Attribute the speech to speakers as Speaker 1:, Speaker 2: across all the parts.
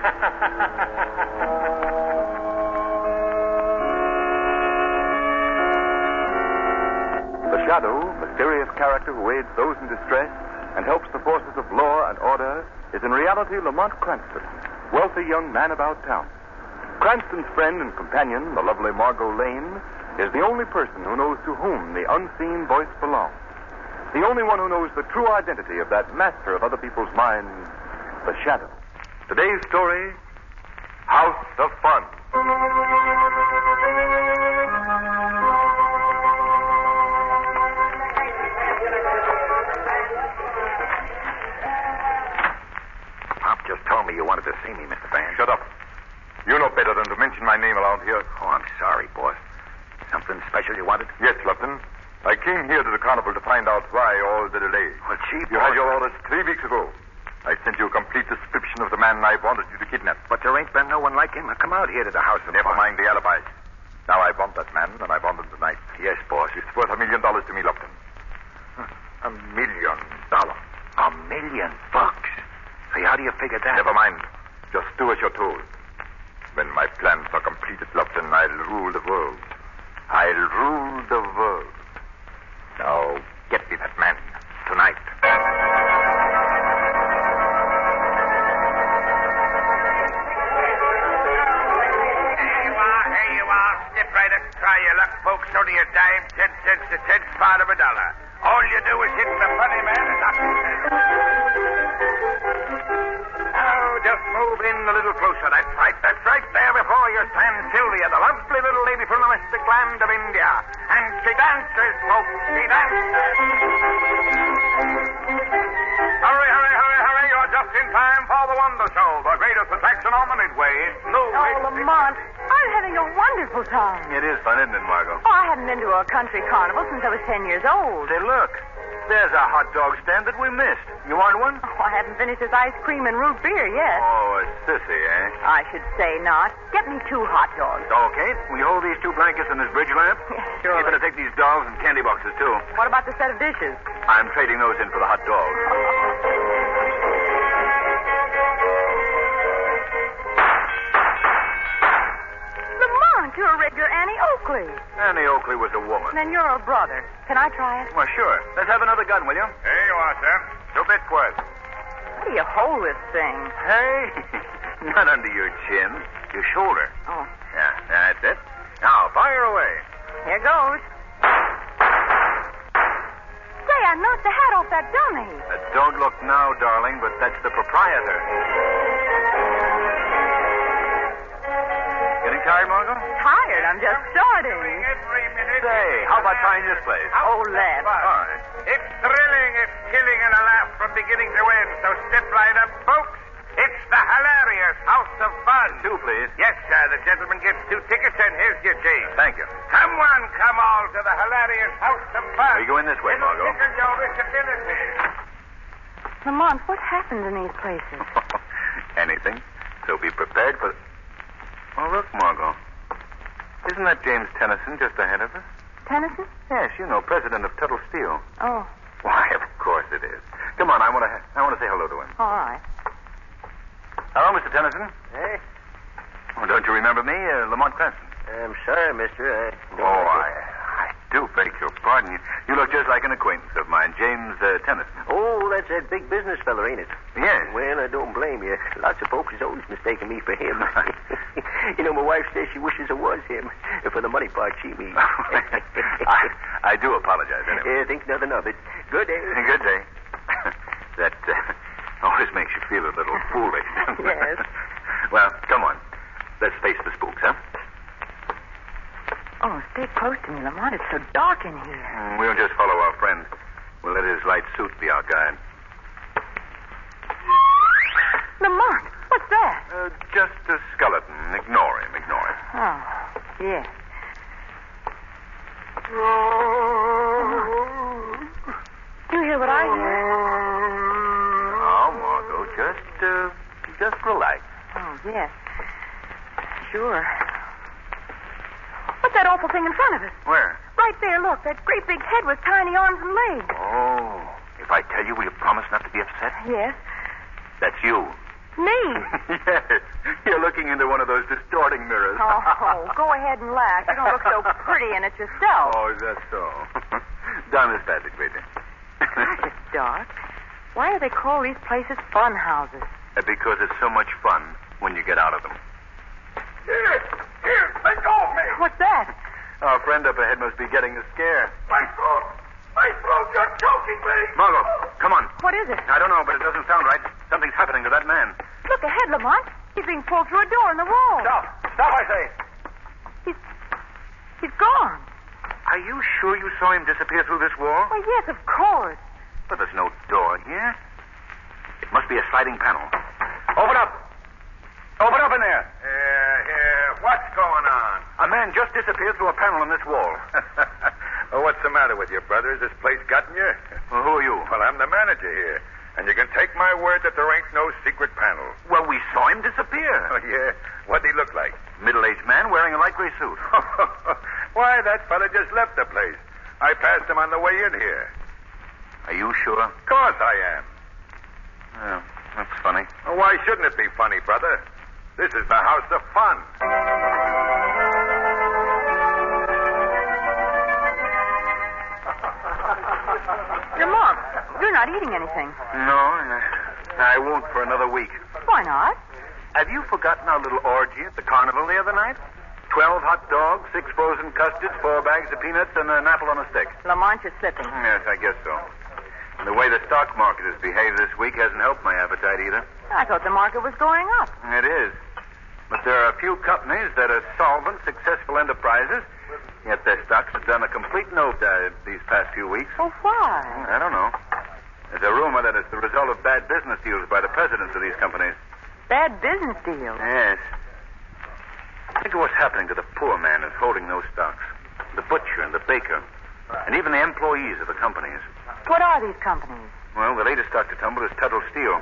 Speaker 1: Shadow, the serious character who aids those in distress and helps the forces of law and order, is in reality Lamont Cranston, wealthy young man about town. Cranston's friend and companion, the lovely Margot Lane, is the only person who knows to whom the unseen voice belongs. The only one who knows the true identity of that master of other people's minds, the Shadow. Today's story House of Fun.
Speaker 2: Pop just told me you wanted to see me, Mr. Van.
Speaker 1: Shut up. You know better than to mention my name around here.
Speaker 2: Oh, I'm sorry, boss. Something special you wanted?
Speaker 1: Yes, Lupton. I came here to the carnival to find out why all the delay.
Speaker 2: Well, chief,
Speaker 1: You had your orders three weeks ago. I sent you a complete description of the man I wanted you to kidnap.
Speaker 2: But there ain't been no one like him to come out here to the house of
Speaker 1: Never
Speaker 2: Fun.
Speaker 1: mind the alibis. Now I want that man, and I want him tonight.
Speaker 2: Yes, boss.
Speaker 1: It's worth a million dollars to me, Lupton. A million dollars.
Speaker 2: A million bucks. Say, how do you figure that?
Speaker 1: Never mind. Just do as you're told. When my plans are completed, Lupton, I'll rule the world. I'll rule the world. Now, get me that man tonight.
Speaker 3: Here you are, here you are. Step right up, try your luck, folks. Only a dime, ten cents, a tenth part of a dollar. All you do is hit the funny man and knock him down. Now, Oh, just move in a little closer. That's right, that's right. There before you stands Sylvia, the lovely little lady from the mystic land of India. And she dances, folks. She dances. Hurry, hurry, hurry, hurry. You're just in time for the Wonder Show, the greatest attraction on the Midway. It's new.
Speaker 4: Oh, Lamont, I'm having a wonderful time.
Speaker 1: It is fun, isn't it, Margot?
Speaker 4: Oh, I haven't been to a country carnival since I was 10 years old.
Speaker 1: Say, look. There's a hot dog stand that we missed. You want one?
Speaker 4: Oh, I haven't finished this ice cream and root beer yet.
Speaker 1: Oh, a sissy, eh?
Speaker 4: I should say not. Get me two hot dogs.
Speaker 1: Okay. Will you hold these two blankets and this bridge lamp?
Speaker 4: Yes,
Speaker 1: You
Speaker 4: surely.
Speaker 1: better take these dolls and candy boxes, too.
Speaker 4: What about the set of dishes?
Speaker 1: I'm trading those in for the hot dogs.
Speaker 4: Lamont, you're a regular Annie Oakley.
Speaker 1: Annie Oakley was a woman.
Speaker 4: Then you're a brother. Can I try it?
Speaker 1: Well, sure. Let's have another gun, will you?
Speaker 3: Here you are, sir.
Speaker 1: Two bit quid.
Speaker 4: How do you hold this thing?
Speaker 1: Hey, not under your chin, your shoulder.
Speaker 4: Oh,
Speaker 1: Yeah, that's it. Now, fire away.
Speaker 4: here goes. Say, I knocked the hat off that dummy.
Speaker 1: Uh, don't look now, darling, but that's the proprietor. Getting tired, Margot?
Speaker 4: Tired, I'm just starting.
Speaker 3: Every minute.
Speaker 1: Say, how about trying this place?
Speaker 4: Oh, let.
Speaker 3: Ah.
Speaker 1: All right.
Speaker 3: It's thrilling, it's killing, and a laugh from beginning to end. So step right up, folks. It's the hilarious House of Fun.
Speaker 1: Two, please.
Speaker 3: Yes, sir. The gentleman gets two tickets, and here's your change.
Speaker 1: Thank you.
Speaker 3: Come on, come all to the hilarious House of Fun.
Speaker 1: We go in this way,
Speaker 3: It'll
Speaker 1: Margot.
Speaker 3: tickle your disability.
Speaker 4: Lamont, what happens in these places?
Speaker 1: Anything. So be prepared for. Oh, look, Margot. Isn't that James Tennyson just ahead of us?
Speaker 4: Tennyson?
Speaker 1: Yes, you know, president of Tuttle Steel.
Speaker 4: Oh,
Speaker 1: Why, of course it is. Come on, I want to. I want to say hello to him.
Speaker 4: all right.
Speaker 1: Hello, Mr. Tennyson.
Speaker 5: Hey,
Speaker 1: Oh, don't you remember me, uh, Lamont Cranston?
Speaker 5: I'm sorry, mister. I
Speaker 1: Oh, I, I do beg your pardon. You, you look just like an acquaintance of mine, James uh, Tennyson.
Speaker 5: Oh, that's that big business fellow, ain't it?
Speaker 1: Yes.
Speaker 5: Well, I don't blame you. Lots of folks has always mistaken me for him. you know, my wife says she wishes it was him. For the money part, she means.
Speaker 1: I, I do apologize anyway.
Speaker 5: Yeah, think nothing of it. Good day.
Speaker 1: Good day. that uh, always makes you feel a little foolish. doesn't it?
Speaker 4: Yes.
Speaker 1: well, come on. Let's face the spooks, huh?
Speaker 4: Oh, stay close to me, Lamont. It's so dark in here.
Speaker 1: Mm, We'll just follow our friend. We'll let his light suit be our guide.
Speaker 4: Lamont, what's that?
Speaker 1: Uh, just a skeleton. Ignore him. Ignore him.
Speaker 4: Oh, yes. Do you hear what I hear?
Speaker 1: Oh, Margot, just, uh, just relax.
Speaker 4: Oh, yes. Sure. What's that awful thing in front of us?
Speaker 1: Where?
Speaker 4: Right there, look. That great big head with tiny arms and legs.
Speaker 1: Oh, if I tell you, will you promise not to be upset?
Speaker 4: Yes.
Speaker 1: That's you.
Speaker 4: Me.
Speaker 1: yes, you're looking into one of those distorting mirrors.
Speaker 4: Oh, go ahead and laugh. You don't look oh. so pretty in it yourself.
Speaker 1: Oh, is that so? Down this bad, Greta.
Speaker 4: Gosh, it's dark. Why do they call these places fun houses?
Speaker 1: because it's so much fun when you get out of them.
Speaker 3: Here, here, let go of me.
Speaker 4: What's that?
Speaker 1: Our friend up ahead must be getting a scare.
Speaker 3: My throat. My throat, you're choking me.
Speaker 1: Margot, come on.
Speaker 4: What is it?
Speaker 1: I don't know, but it doesn't sound right. Something's happening to that man.
Speaker 4: Look ahead, Lamont. He's being pulled through a door in the wall.
Speaker 1: Stop. Stop, I say.
Speaker 4: He's he's gone.
Speaker 1: Are you sure you saw him disappear through this wall?
Speaker 4: Well, yes, of course.
Speaker 1: But there's no door here. It must be a sliding panel. Open up. Open up in there.
Speaker 3: Here, here, what's going on?
Speaker 1: A man just disappeared through a panel in this wall.
Speaker 3: well, what's the matter with you, brother? Has this place gotten you?
Speaker 1: Well, who are you?
Speaker 3: Well, I'm the manager here. And you can take my word that there ain't no secret panel.
Speaker 1: Well, we saw him disappear.
Speaker 3: Oh, yeah? What'd he look like?
Speaker 1: Middle-aged man wearing a light gray suit.
Speaker 3: Why, that fella just left the place. I passed him on the way in here.
Speaker 1: Are you sure?
Speaker 3: Of course I am.
Speaker 1: Yeah, that's funny.
Speaker 3: Oh, why shouldn't it be funny, brother? This is the house of fun.
Speaker 4: Lamont, you're not eating anything.
Speaker 1: No, I, I won't for another week.
Speaker 4: Why not?
Speaker 1: Have you forgotten our little orgy at the carnival the other night? Twelve hot dogs, six frozen custards, four bags of peanuts, and an apple on a stick.
Speaker 4: Lamont, you're slipping.
Speaker 1: Yes, I guess so. And the way the stock market has behaved this week hasn't helped my appetite either.
Speaker 4: I thought the market was going up.
Speaker 1: It is. But there are a few companies that are solvent, successful enterprises, yet their stocks have done a complete nosedive these past few weeks.
Speaker 4: Well, why?
Speaker 1: I don't know. There's a rumor that it's the result of bad business deals by the presidents of these companies.
Speaker 4: Bad business deal.
Speaker 1: Yes. Think of what's happening to the poor man who's holding those stocks. The butcher and the baker. And even the employees of the companies.
Speaker 4: What are these companies?
Speaker 1: Well, the latest stock to tumble is Tuttle Steel.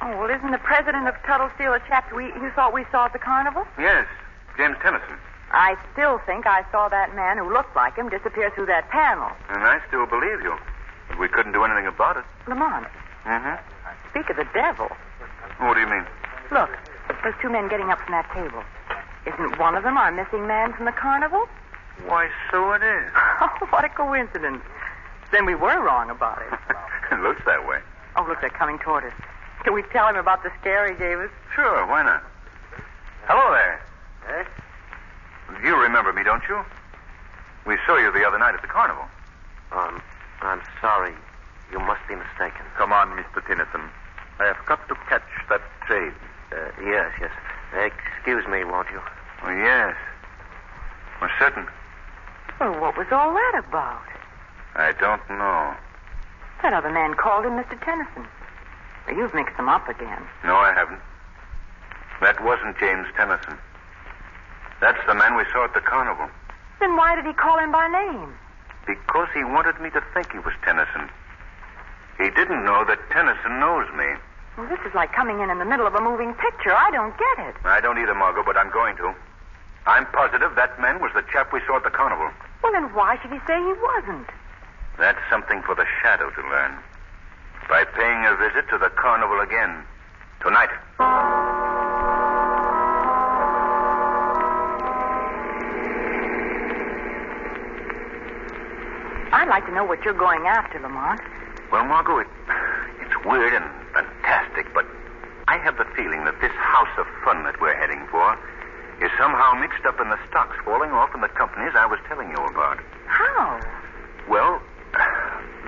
Speaker 4: Oh, well, isn't the president of Tuttle Steel a chap we, you thought we saw at the carnival?
Speaker 1: Yes, James Tennyson.
Speaker 4: I still think I saw that man who looked like him disappear through that panel.
Speaker 1: And I still believe you. But we couldn't do anything about it.
Speaker 4: Lamont,
Speaker 1: Mm-hmm.
Speaker 4: speak of the devil.
Speaker 1: What do you mean?
Speaker 4: Look, those two men getting up from that table. Isn't one of them our missing man from the carnival?
Speaker 1: Why, so it is.
Speaker 4: Oh, what a coincidence. Then we were wrong about it.
Speaker 1: it looks that way.
Speaker 4: Oh, look, they're coming toward us. Can we tell him about the scare he gave us?
Speaker 1: Sure, why not? Hello there.
Speaker 5: Huh?
Speaker 1: You remember me, don't you? We saw you the other night at the carnival.
Speaker 5: Um, I'm sorry. You must be mistaken.
Speaker 1: Come on, Mr. Tennyson. I have got to catch that train.
Speaker 5: Uh, yes, yes. Excuse me, won't you?
Speaker 1: Oh, yes. Well, certain.
Speaker 4: Well, what was all that about?
Speaker 1: I don't know.
Speaker 4: That other man called him Mr. Tennyson. Well, you've mixed them up again.
Speaker 1: No, I haven't. That wasn't James Tennyson. That's the man we saw at the carnival.
Speaker 4: Then why did he call him by name?
Speaker 1: Because he wanted me to think he was Tennyson. He didn't know that Tennyson knows me.
Speaker 4: Well, this is like coming in in the middle of a moving picture. I don't get it.
Speaker 1: I don't either, Margot, but I'm going to. I'm positive that man was the chap we saw at the carnival.
Speaker 4: Well, then why should he say he wasn't?
Speaker 1: That's something for the shadow to learn. By paying a visit to the carnival again. Tonight.
Speaker 4: I'd like to know what you're going after, Lamont.
Speaker 1: Well, Margot, it, it's weird and fantastic, but I have the feeling that this house of fun that we're heading for is somehow mixed up in the stocks falling off in the companies I was telling you about.
Speaker 4: How?
Speaker 1: Well,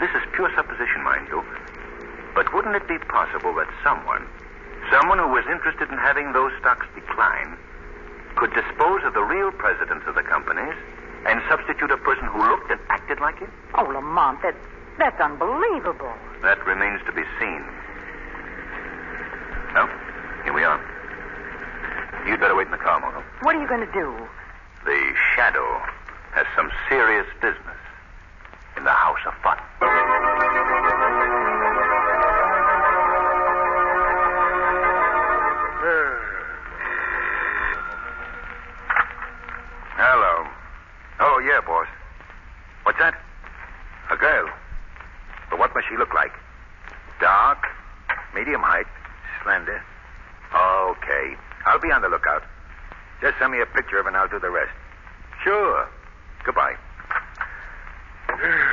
Speaker 1: this is pure supposition, mind you. But wouldn't it be possible that someone, someone who was interested in having those stocks decline, could dispose of the real presidents of the companies and substitute a person who looked and acted like him?
Speaker 4: Oh, Lamont, that, that's unbelievable.
Speaker 1: That remains to be seen. Well, here we are. You'd better wait in the car, Margot.
Speaker 4: What are you going to do?
Speaker 1: The shadow has some serious business in the House of Fun.
Speaker 3: Hello.
Speaker 1: Oh, yeah, boss. What's that?
Speaker 3: A girl.
Speaker 1: But what must she look like?
Speaker 3: Dark. Medium height. Slender.
Speaker 1: Okay. I'll be on the lookout.
Speaker 3: Just send me a picture of her and I'll do the rest.
Speaker 1: Sure. Goodbye. Here's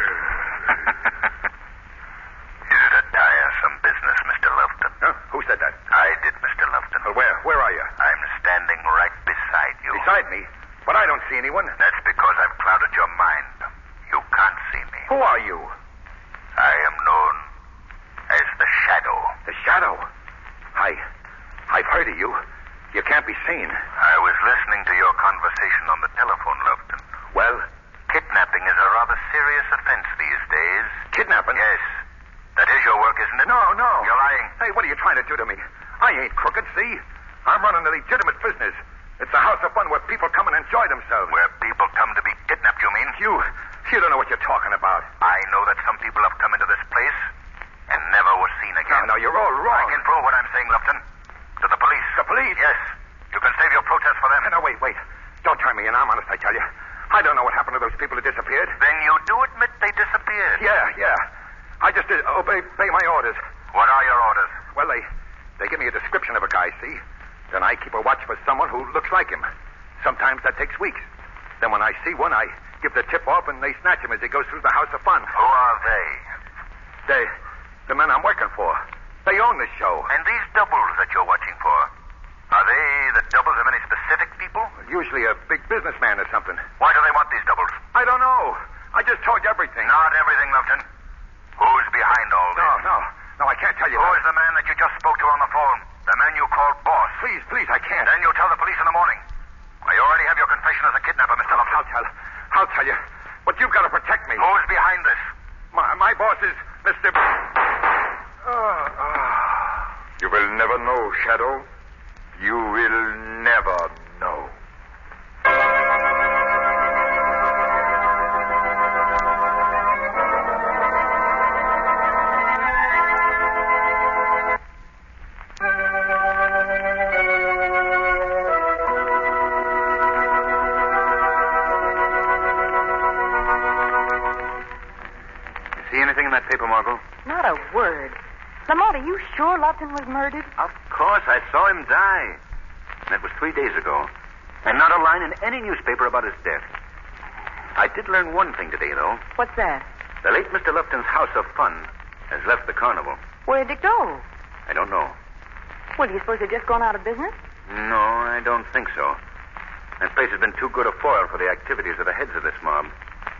Speaker 1: a tiresome business, Mr. Lofton.
Speaker 3: Huh? Who said that?
Speaker 1: I did, Mr. Lofton.
Speaker 3: Uh, where? Where are you?
Speaker 1: I'm standing right beside you.
Speaker 3: Beside me. But I don't see anyone.
Speaker 1: That's because I've clouded your mind. You can't see me.
Speaker 3: Who are you?
Speaker 1: I am known as the Shadow.
Speaker 3: The shadow. I. I've heard of you. You can't be seen.
Speaker 1: I was listening to your conversation on the telephone, Lofton.
Speaker 3: Well,
Speaker 1: Kidnapping is a rather serious offense these days.
Speaker 3: kidnapping.
Speaker 1: Yes. That is your work, isn't it?
Speaker 3: No, no.
Speaker 1: You're lying.
Speaker 3: Oh, Hey, what are you trying to do to me? I ain't crooked, see? I'm running a legitimate business. It's a house of fun where people come and enjoy themselves.
Speaker 1: Where people come to be kidnapped, you mean?
Speaker 3: You, you don't know what you're talking about.
Speaker 1: I know that some people have come into this place and never were seen
Speaker 3: No,
Speaker 1: again.
Speaker 3: no, you're all
Speaker 1: I
Speaker 3: wrong.
Speaker 1: can prove what I'm saying, Lupton. To the police.
Speaker 3: The police?
Speaker 1: Yes. You can save your protest for them.
Speaker 3: No, wait, wait. Don't turn me in. I'm honest, I tell you. I don't know what happened to those people who disappeared.
Speaker 1: Then you do admit they disappeared.
Speaker 3: Yeah, yeah. I just uh, obey, obey my orders.
Speaker 1: What are your orders?
Speaker 3: Well, they, they give me a description of a guy, see? Then I keep a watch for someone who looks like him. Sometimes that takes weeks. Then when I see one, I give the tip off and they snatch him as he goes through the house of fun.
Speaker 1: Who are they?
Speaker 3: They, the men I'm working for, they own the show.
Speaker 1: And these doubles that you're watching for, are they the doubles of any specific people?
Speaker 3: Usually a big businessman or something.
Speaker 1: Why do they want these doubles?
Speaker 3: I don't know. I just told you everything.
Speaker 1: Not everything, Lupton. Who's behind all
Speaker 3: no,
Speaker 1: this?
Speaker 3: no, no, I can't tell you.
Speaker 1: Who
Speaker 3: that.
Speaker 1: is the man that you just spoke to on the phone? The man you called boss?
Speaker 3: Please, please, I can't.
Speaker 1: Then you'll tell the police in the morning. Why, you already have your confession as a kidnapper, Mr.
Speaker 3: I'll,
Speaker 1: Lupton.
Speaker 3: I'll tell. I'll tell you. But you've got to protect me.
Speaker 1: Who's behind this?
Speaker 3: My, my boss is Mr.
Speaker 2: You will never know, Shadow. You will never
Speaker 3: Oh.
Speaker 2: know.
Speaker 1: See anything in that paper, Margot?
Speaker 4: Not a word. Lamont, are you sure Lupton was murdered?
Speaker 1: Of course, I saw him die. That was three days ago. And not a line in any newspaper about his death. I did learn one thing today, though.
Speaker 4: What's that?
Speaker 1: The late Mr. Lupton's house of fun has left the carnival.
Speaker 4: Where'd it go?
Speaker 1: I don't know.
Speaker 4: Well, do you suppose they've just gone out of business?
Speaker 1: No, I don't think so. That place has been too good a foil for the activities of the heads of this mob,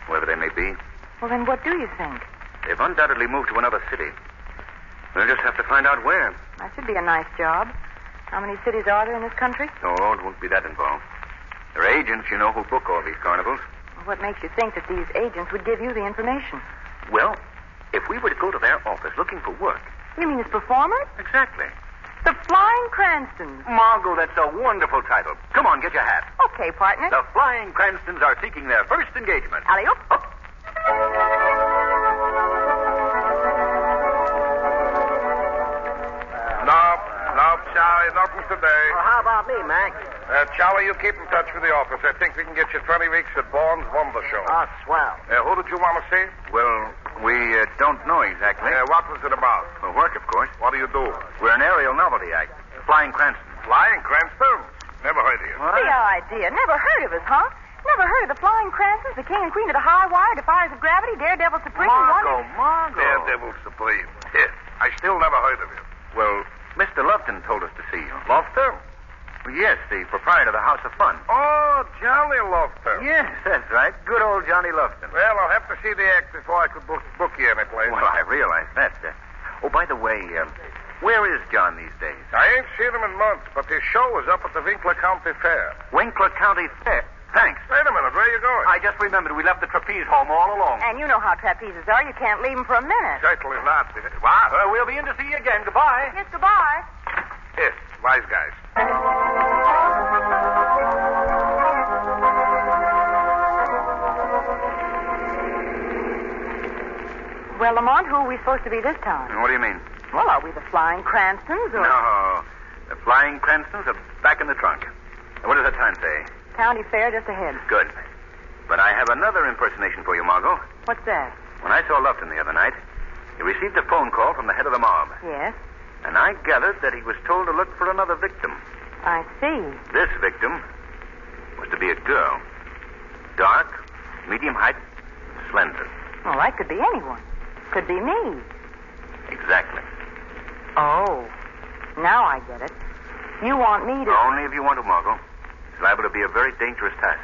Speaker 1: whoever they may be.
Speaker 4: Well, then what do you think?
Speaker 1: They've undoubtedly moved to another city. We'll just have to find out where.
Speaker 4: That should be a nice job. How many cities are there in this country?
Speaker 1: No, it won't be that involved. There are agents, you know, who book all these carnivals.
Speaker 4: What makes you think that these agents would give you the information?
Speaker 1: Well, if we were to go to their office looking for work.
Speaker 4: You mean his performers?
Speaker 1: Exactly.
Speaker 4: The Flying Cranstons.
Speaker 1: Margot, that's a wonderful title. Come on, get your hat.
Speaker 4: Okay, partner.
Speaker 1: The Flying Cranstons are seeking their first engagement.
Speaker 4: Alley oop.
Speaker 3: Nope, nope, Charlie, nothing today.
Speaker 5: Well, how about me, Mac?
Speaker 3: Uh, Charlie, you keep in touch with the office. I think we can get you 20 weeks at Bourne's Wonder Show.
Speaker 2: Ah,
Speaker 5: Oh, swell.
Speaker 3: Uh, who did you want to see?
Speaker 1: Well, we uh, don't know exactly.
Speaker 3: Uh, what was it about?
Speaker 1: Well, work, of course.
Speaker 3: What do you do?
Speaker 1: We're an aerial novelty act. Flying Cranston.
Speaker 3: Flying Cranston? Never heard of you.
Speaker 4: The idea. Never heard of us, huh? Never heard of the Flying Cranstons, the king and queen of the high wire, defiers of gravity, daredevil supreme,
Speaker 1: Margot,
Speaker 4: wonder...
Speaker 1: Margot.
Speaker 3: Daredevil Supreme. Yes. I still never heard of you.
Speaker 1: Well, Mr. Lupton told us to see you.
Speaker 3: Lofter?
Speaker 1: Well, yes, the proprietor of the House of Fun.
Speaker 3: Oh, Charlie Lofter.
Speaker 1: Yes, that's right. Good old Johnny Lupton.
Speaker 3: Well, I'll have to see the act before I could book, book you any place.
Speaker 1: Well, I realize that. Uh, oh, by the way, um, where is John these days?
Speaker 3: I ain't seen him in months, but his show was up at the Winkler County Fair.
Speaker 1: Winkler County Fair. Thanks.
Speaker 3: Wait a minute, where are you going?
Speaker 1: I just remembered we left the trapeze home all along.
Speaker 4: And you know how trapezes are. You can't leave them for a minute.
Speaker 3: Certainly not.
Speaker 1: Wow. Well, we'll be in to see you again. Goodbye.
Speaker 4: Yes, goodbye.
Speaker 3: Yes, wise guys.
Speaker 4: Well, Lamont, who are we supposed to be this time?
Speaker 1: What do you mean?
Speaker 3: Hmm.
Speaker 4: Well, are we the Flying Cranstons or
Speaker 1: No. The flying Cranstons are back in the trunk. What does that time say?
Speaker 4: County Fair just ahead?
Speaker 1: Good. But I have another impersonation for you, Margot.
Speaker 4: What's that?
Speaker 1: When I saw Lupton the other night, he received a phone call from the head of the mob,
Speaker 4: Yes,
Speaker 1: and I gathered that he was told to look for another victim.
Speaker 4: I see.
Speaker 1: This victim was to be a girl. Dark, medium height, slender.
Speaker 4: Well, that could be anyone. Could be me.
Speaker 1: Exactly.
Speaker 4: Oh. Now I get it. You want me to.
Speaker 1: Only if you want to, Margot. It's liable to be a very dangerous task.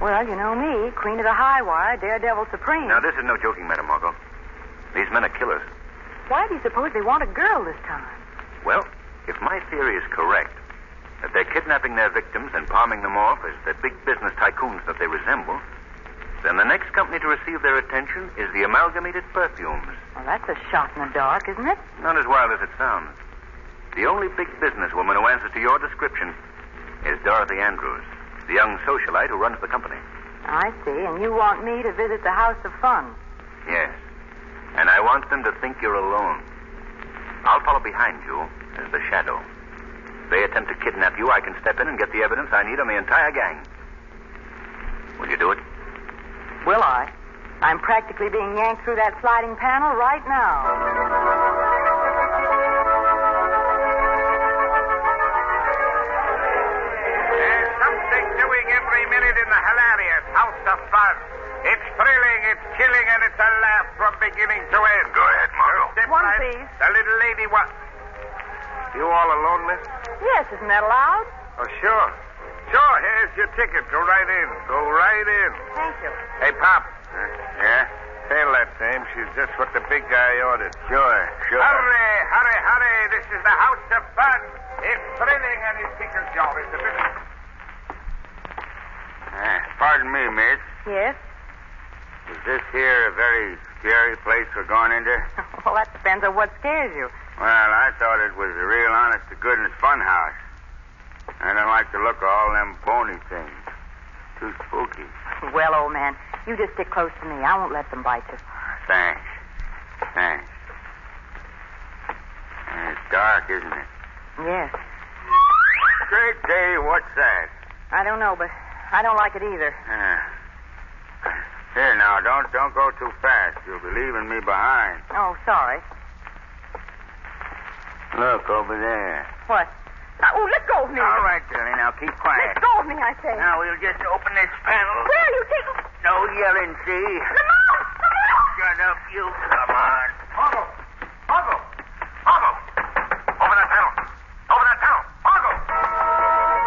Speaker 4: Well, you know me, queen of the high wire, daredevil supreme.
Speaker 1: Now, this is no joking matter, Margot. These men are killers.
Speaker 4: Why do you suppose they want a girl this time?
Speaker 1: Well, if my theory is correct, that they're kidnapping their victims and palming them off as the big business tycoons that they resemble, then the next company to receive their attention is the Amalgamated Perfumes.
Speaker 4: Well, that's a shot in the dark, isn't it?
Speaker 1: Not as wild as it sounds. The only big businesswoman who answers to your description is Dorothy Andrews, the young socialite who runs the company.
Speaker 4: I see. And you want me to visit the House of Fun.
Speaker 1: Yes. And I want them to think you're alone. I'll follow behind you as the shadow. If they attempt to kidnap you, I can step in and get the evidence I need on the entire gang. Will you do it?
Speaker 4: Will I? I'm practically being yanked through that sliding panel right now.
Speaker 3: There's something doing every minute in the hilarious house of fun. It's thrilling, it's chilling, and it's a laugh from beginning to end.
Speaker 1: Go ahead, Margot.
Speaker 3: Step
Speaker 4: One,
Speaker 3: right-
Speaker 4: please.
Speaker 3: The little lady what? You all alone, miss?
Speaker 4: Yes, isn't that allowed?
Speaker 3: Oh, sure. Sure, here's your ticket. Go right in. Go right in.
Speaker 4: Thank you.
Speaker 3: Hey, Pop.
Speaker 6: Hmm?
Speaker 3: yeah? Tell that dame she's just what the big guy ordered. Sure, sure. Hurry, hurry, hurry. This is the house of fun. It's thrilling and it's tickles you all. It's a bit...
Speaker 6: Eh, Pardon me, miss.
Speaker 4: Yes?
Speaker 6: Is this here a very scary place we're going into?
Speaker 4: Well, that depends on what scares you.
Speaker 6: Well, I thought it was a real honest to goodness fun house. I don't like the look of all them bony things. Too spooky.
Speaker 4: Well, old man, you just stick close to me. I won't let them bite you.
Speaker 6: Thanks. Thanks. And it's dark, isn't it?
Speaker 4: Yes.
Speaker 6: Great day, what's that?
Speaker 4: I don't know, but I don't like it either.
Speaker 6: Ah. Here now, don't don't go too fast. You'll be leaving me behind.
Speaker 4: Oh, sorry.
Speaker 6: Look over there.
Speaker 4: What? oh, let go of me.
Speaker 6: All right, Billy. Now keep quiet.
Speaker 4: Let go of me, I say.
Speaker 6: Now we'll just open this panel.
Speaker 4: Where you taking?
Speaker 6: No yelling, see?
Speaker 4: Lamont! Lamont!
Speaker 6: Shut up, you. Come on.
Speaker 1: Margot! Margot! Margot! Over that panel! Over that panel! Margot!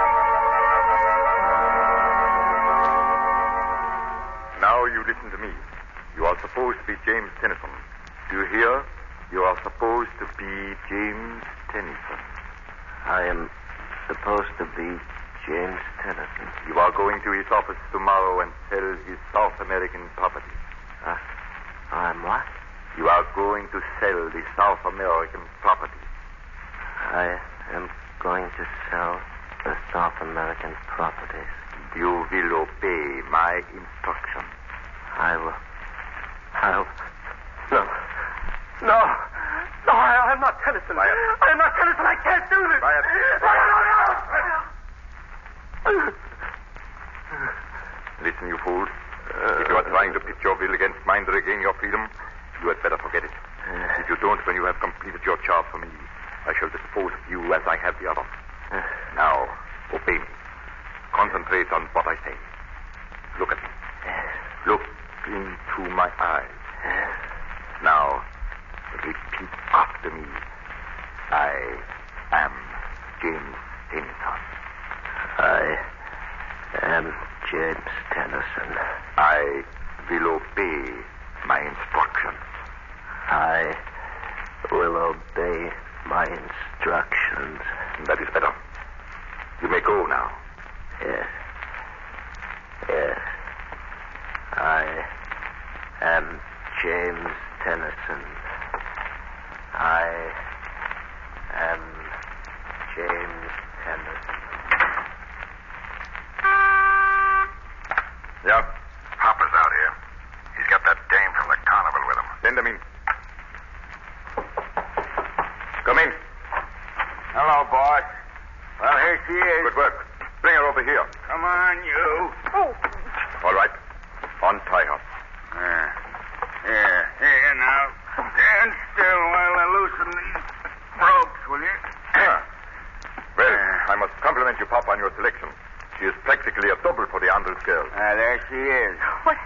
Speaker 2: Now you listen to me. You are supposed to be James Tennyson. Do you hear? You are supposed to be James Tennyson.
Speaker 5: I am supposed to be James Tennyson.
Speaker 2: You are going to his office tomorrow and sell his South American property.
Speaker 5: Uh, I'm what?
Speaker 2: You are going to sell the South American property.
Speaker 5: I am going to sell the South American properties.
Speaker 2: You will obey my instruction.
Speaker 5: I will. I will. No. No. No, I, I'm not Tennyson. I am not Tennyson. I can't do this.
Speaker 2: Riot. Listen, you
Speaker 5: Uh,
Speaker 2: fools. if you are trying to pitch your will against mine to regain your freedom, you had better
Speaker 5: Uh.
Speaker 2: forget it. If you don't, when you have completed your charge for me, I shall dispose of you as I have the others. Now, obey me. Concentrate on what I say. Look at me. Look into my eyes. Now, repeat after me. I am James Tennyson.
Speaker 5: I am James Tennyson.
Speaker 2: I will obey my instructions.
Speaker 5: I will obey my instructions.
Speaker 2: That is better. uh, You may go now.
Speaker 5: Yes. Yes. I am James Tennyson. I am James Tennyson.
Speaker 2: Yeah.
Speaker 1: Hopper's out here. He's got that dame from the carnival with him.
Speaker 2: Send them in. Come in.
Speaker 6: Hello, boss. Well, here she is.
Speaker 2: Good work. Bring her over here.
Speaker 6: Come on, you.
Speaker 2: All right. Untie her.
Speaker 6: Yeah. Here, here now. Stand still while I loosen these ropes, will you?
Speaker 2: Well, I must compliment you, Pop, on your selection. She is practically a double for the Andrews girl.
Speaker 6: Ah, there she is.
Speaker 4: What?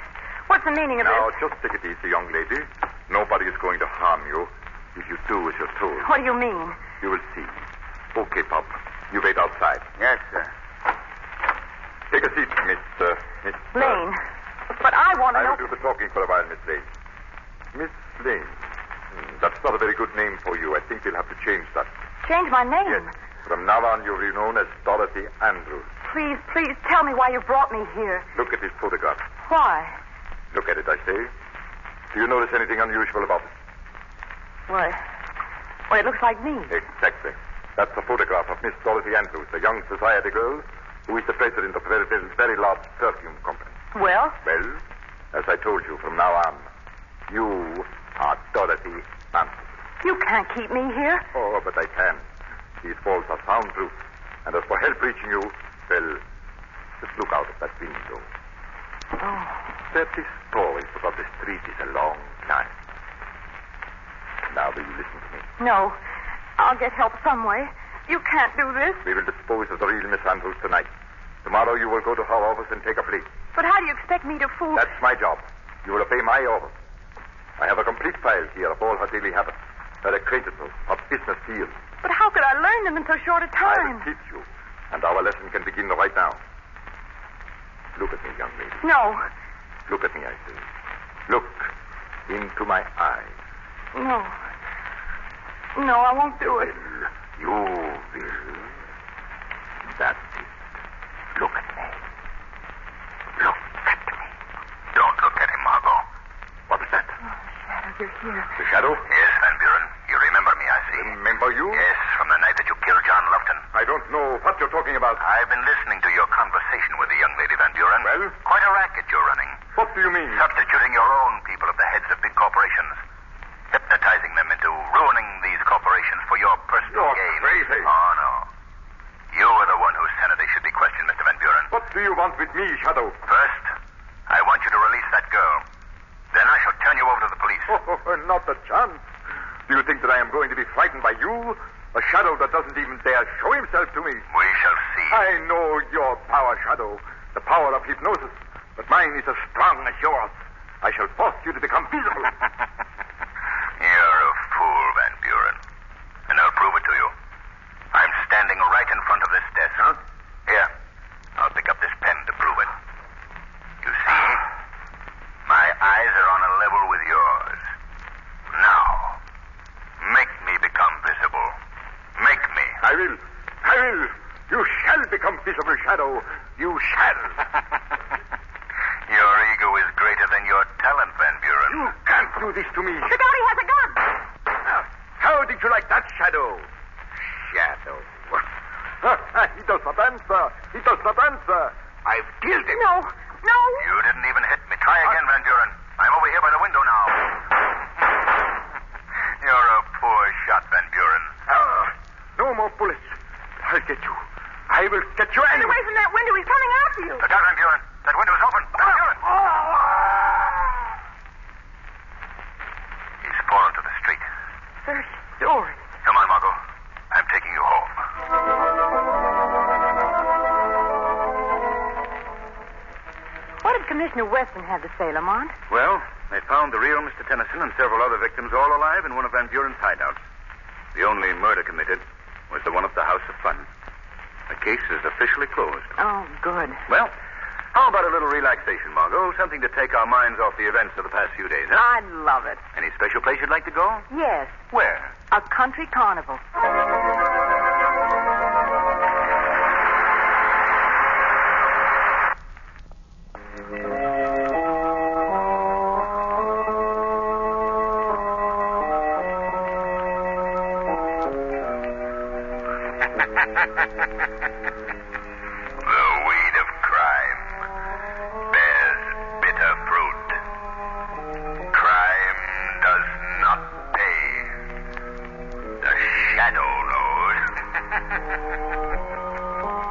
Speaker 4: What's the meaning of
Speaker 2: Now,
Speaker 4: this?
Speaker 2: just take it easy, young lady. Nobody is going to harm you if you do as you're told.
Speaker 4: What do you mean?
Speaker 2: You will see. Okay, Pop. You wait outside.
Speaker 1: Yes, sir.
Speaker 2: Take a seat, Miss. Uh, Miss uh,
Speaker 4: Lane. But I want
Speaker 2: I
Speaker 4: to know.
Speaker 2: will do the talking for a while, Miss Lane. Miss Lane. Hmm, That's not a very good name for you. I think we'll have to change that.
Speaker 4: Change my name.
Speaker 2: Yes. From now on, you'll be known as Dorothy Andrews.
Speaker 4: Please, please tell me why you brought me here.
Speaker 2: Look at this photograph.
Speaker 4: Why?
Speaker 2: Look at it, I say. Do you notice anything unusual about it?
Speaker 4: Why? Well, it looks like me.
Speaker 2: Exactly. That's a photograph of Miss Dorothy Andrews, a young society girl who is the president of a very, very, very large perfume company.
Speaker 4: Well,
Speaker 2: Well, as I told you from now on, you are Dorothy Andrews.
Speaker 4: you can't keep me here.
Speaker 2: Oh, but I can. These walls are soundproof. And as for help reaching you, well, just look out of that window.
Speaker 4: Oh.
Speaker 2: Thirty stories above the street is a long climb. Now, will you listen to me?
Speaker 4: No. I'll get help some way. You can't do this.
Speaker 2: We will dispose of the real Miss Andrews tonight. Tomorrow you will go to her office and take a plea.
Speaker 4: But how do you expect me to fool?
Speaker 2: That's my job. You will obey my orders. I have a complete file here of all her daily habits, her acquaintances, her business deals.
Speaker 4: But how could I learn them in so short a
Speaker 2: I will
Speaker 4: time?
Speaker 2: teach you, and our lesson can begin right now. Look at me, young lady.
Speaker 4: No.
Speaker 2: Look at me, I say. Look into my eyes.
Speaker 4: No. No, I won't do it.
Speaker 2: You will. That's it. Look at me. Look at me. Don't look at him, Margot. What was that?
Speaker 4: Shadow, you're here.
Speaker 2: The shadow?
Speaker 5: Yes, Van Buren. You remember me, I see.
Speaker 2: Remember you?
Speaker 5: Yes, from the night that you killed John Lofton.
Speaker 2: I don't know what you're talking about.
Speaker 5: I've been listening to your conversation with the young lady, Van Buren.
Speaker 2: Well?
Speaker 5: Quite a racket you're running.
Speaker 2: What do you mean?
Speaker 5: Substituting your own people at the heads of big corporations. Hypnotizing them into ruining these corporations for your personal
Speaker 2: You're
Speaker 5: gain.
Speaker 2: crazy.
Speaker 5: Oh, no. You were the one who said they should be questioned, Mr. Van Buren.
Speaker 2: What do you want with me, shadow?
Speaker 5: First, I want you to release that girl. Then I shall turn you over to the police.
Speaker 2: Oh, not a chance. Do you think that I am going to be frightened by you? A shadow that doesn't even dare show himself to me.
Speaker 5: We shall see.
Speaker 2: I know your power, Shadow, the power of hypnosis, but mine is as strong as yours. I shall force you to become visible.
Speaker 5: You're a fool, Van Buren. And I'll prove it to you. I'm standing right in front of this desk. Huh? Here. I'll pick up this pen to prove it. You see? My eyes are on a level with yours. Now, make me become visible. Make me.
Speaker 2: I will. I will. You shall become visible, Shadow. You shall.
Speaker 5: Your ego is greater than your talent, Van Buren.
Speaker 2: you can't do this to me.
Speaker 4: The daddy has a gun.
Speaker 2: How did you like that, Shadow? Shadow. he does not answer. He does not answer.
Speaker 5: I've killed him.
Speaker 4: No. No.
Speaker 5: You didn't even hit me. Try again, Van Buren. I'm over here by the window now. You're a poor shot, Van Buren.
Speaker 2: Ah, no more bullets. I'll get you. I will get you
Speaker 4: Get
Speaker 2: anyway.
Speaker 4: away from that window. He's coming after you.
Speaker 5: Look out, Van Buren. That window's open. Van Buren. He's fallen to the street.
Speaker 4: Third story.
Speaker 5: Come on, Margot. I'm taking you home.
Speaker 4: What did Commissioner Weston have to say, Lamont?
Speaker 5: Well, they found the real Mr. Tennyson and several other victims all alive in one of Van Buren's hideouts. The only murder committed was the one at the House of Fun. The case is officially closed.
Speaker 4: Oh, good.
Speaker 5: Well, how about a little relaxation, Margot? Something to take our minds off the events of the past few days, huh?
Speaker 4: I love it.
Speaker 5: Any special place you'd like to go?
Speaker 4: Yes,
Speaker 5: Where?
Speaker 4: a country carnival.
Speaker 5: The weed of crime bears bitter fruit. Crime does not pay. The shadow knows.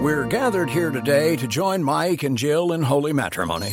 Speaker 7: We're gathered here today to join Mike and Jill in holy matrimony.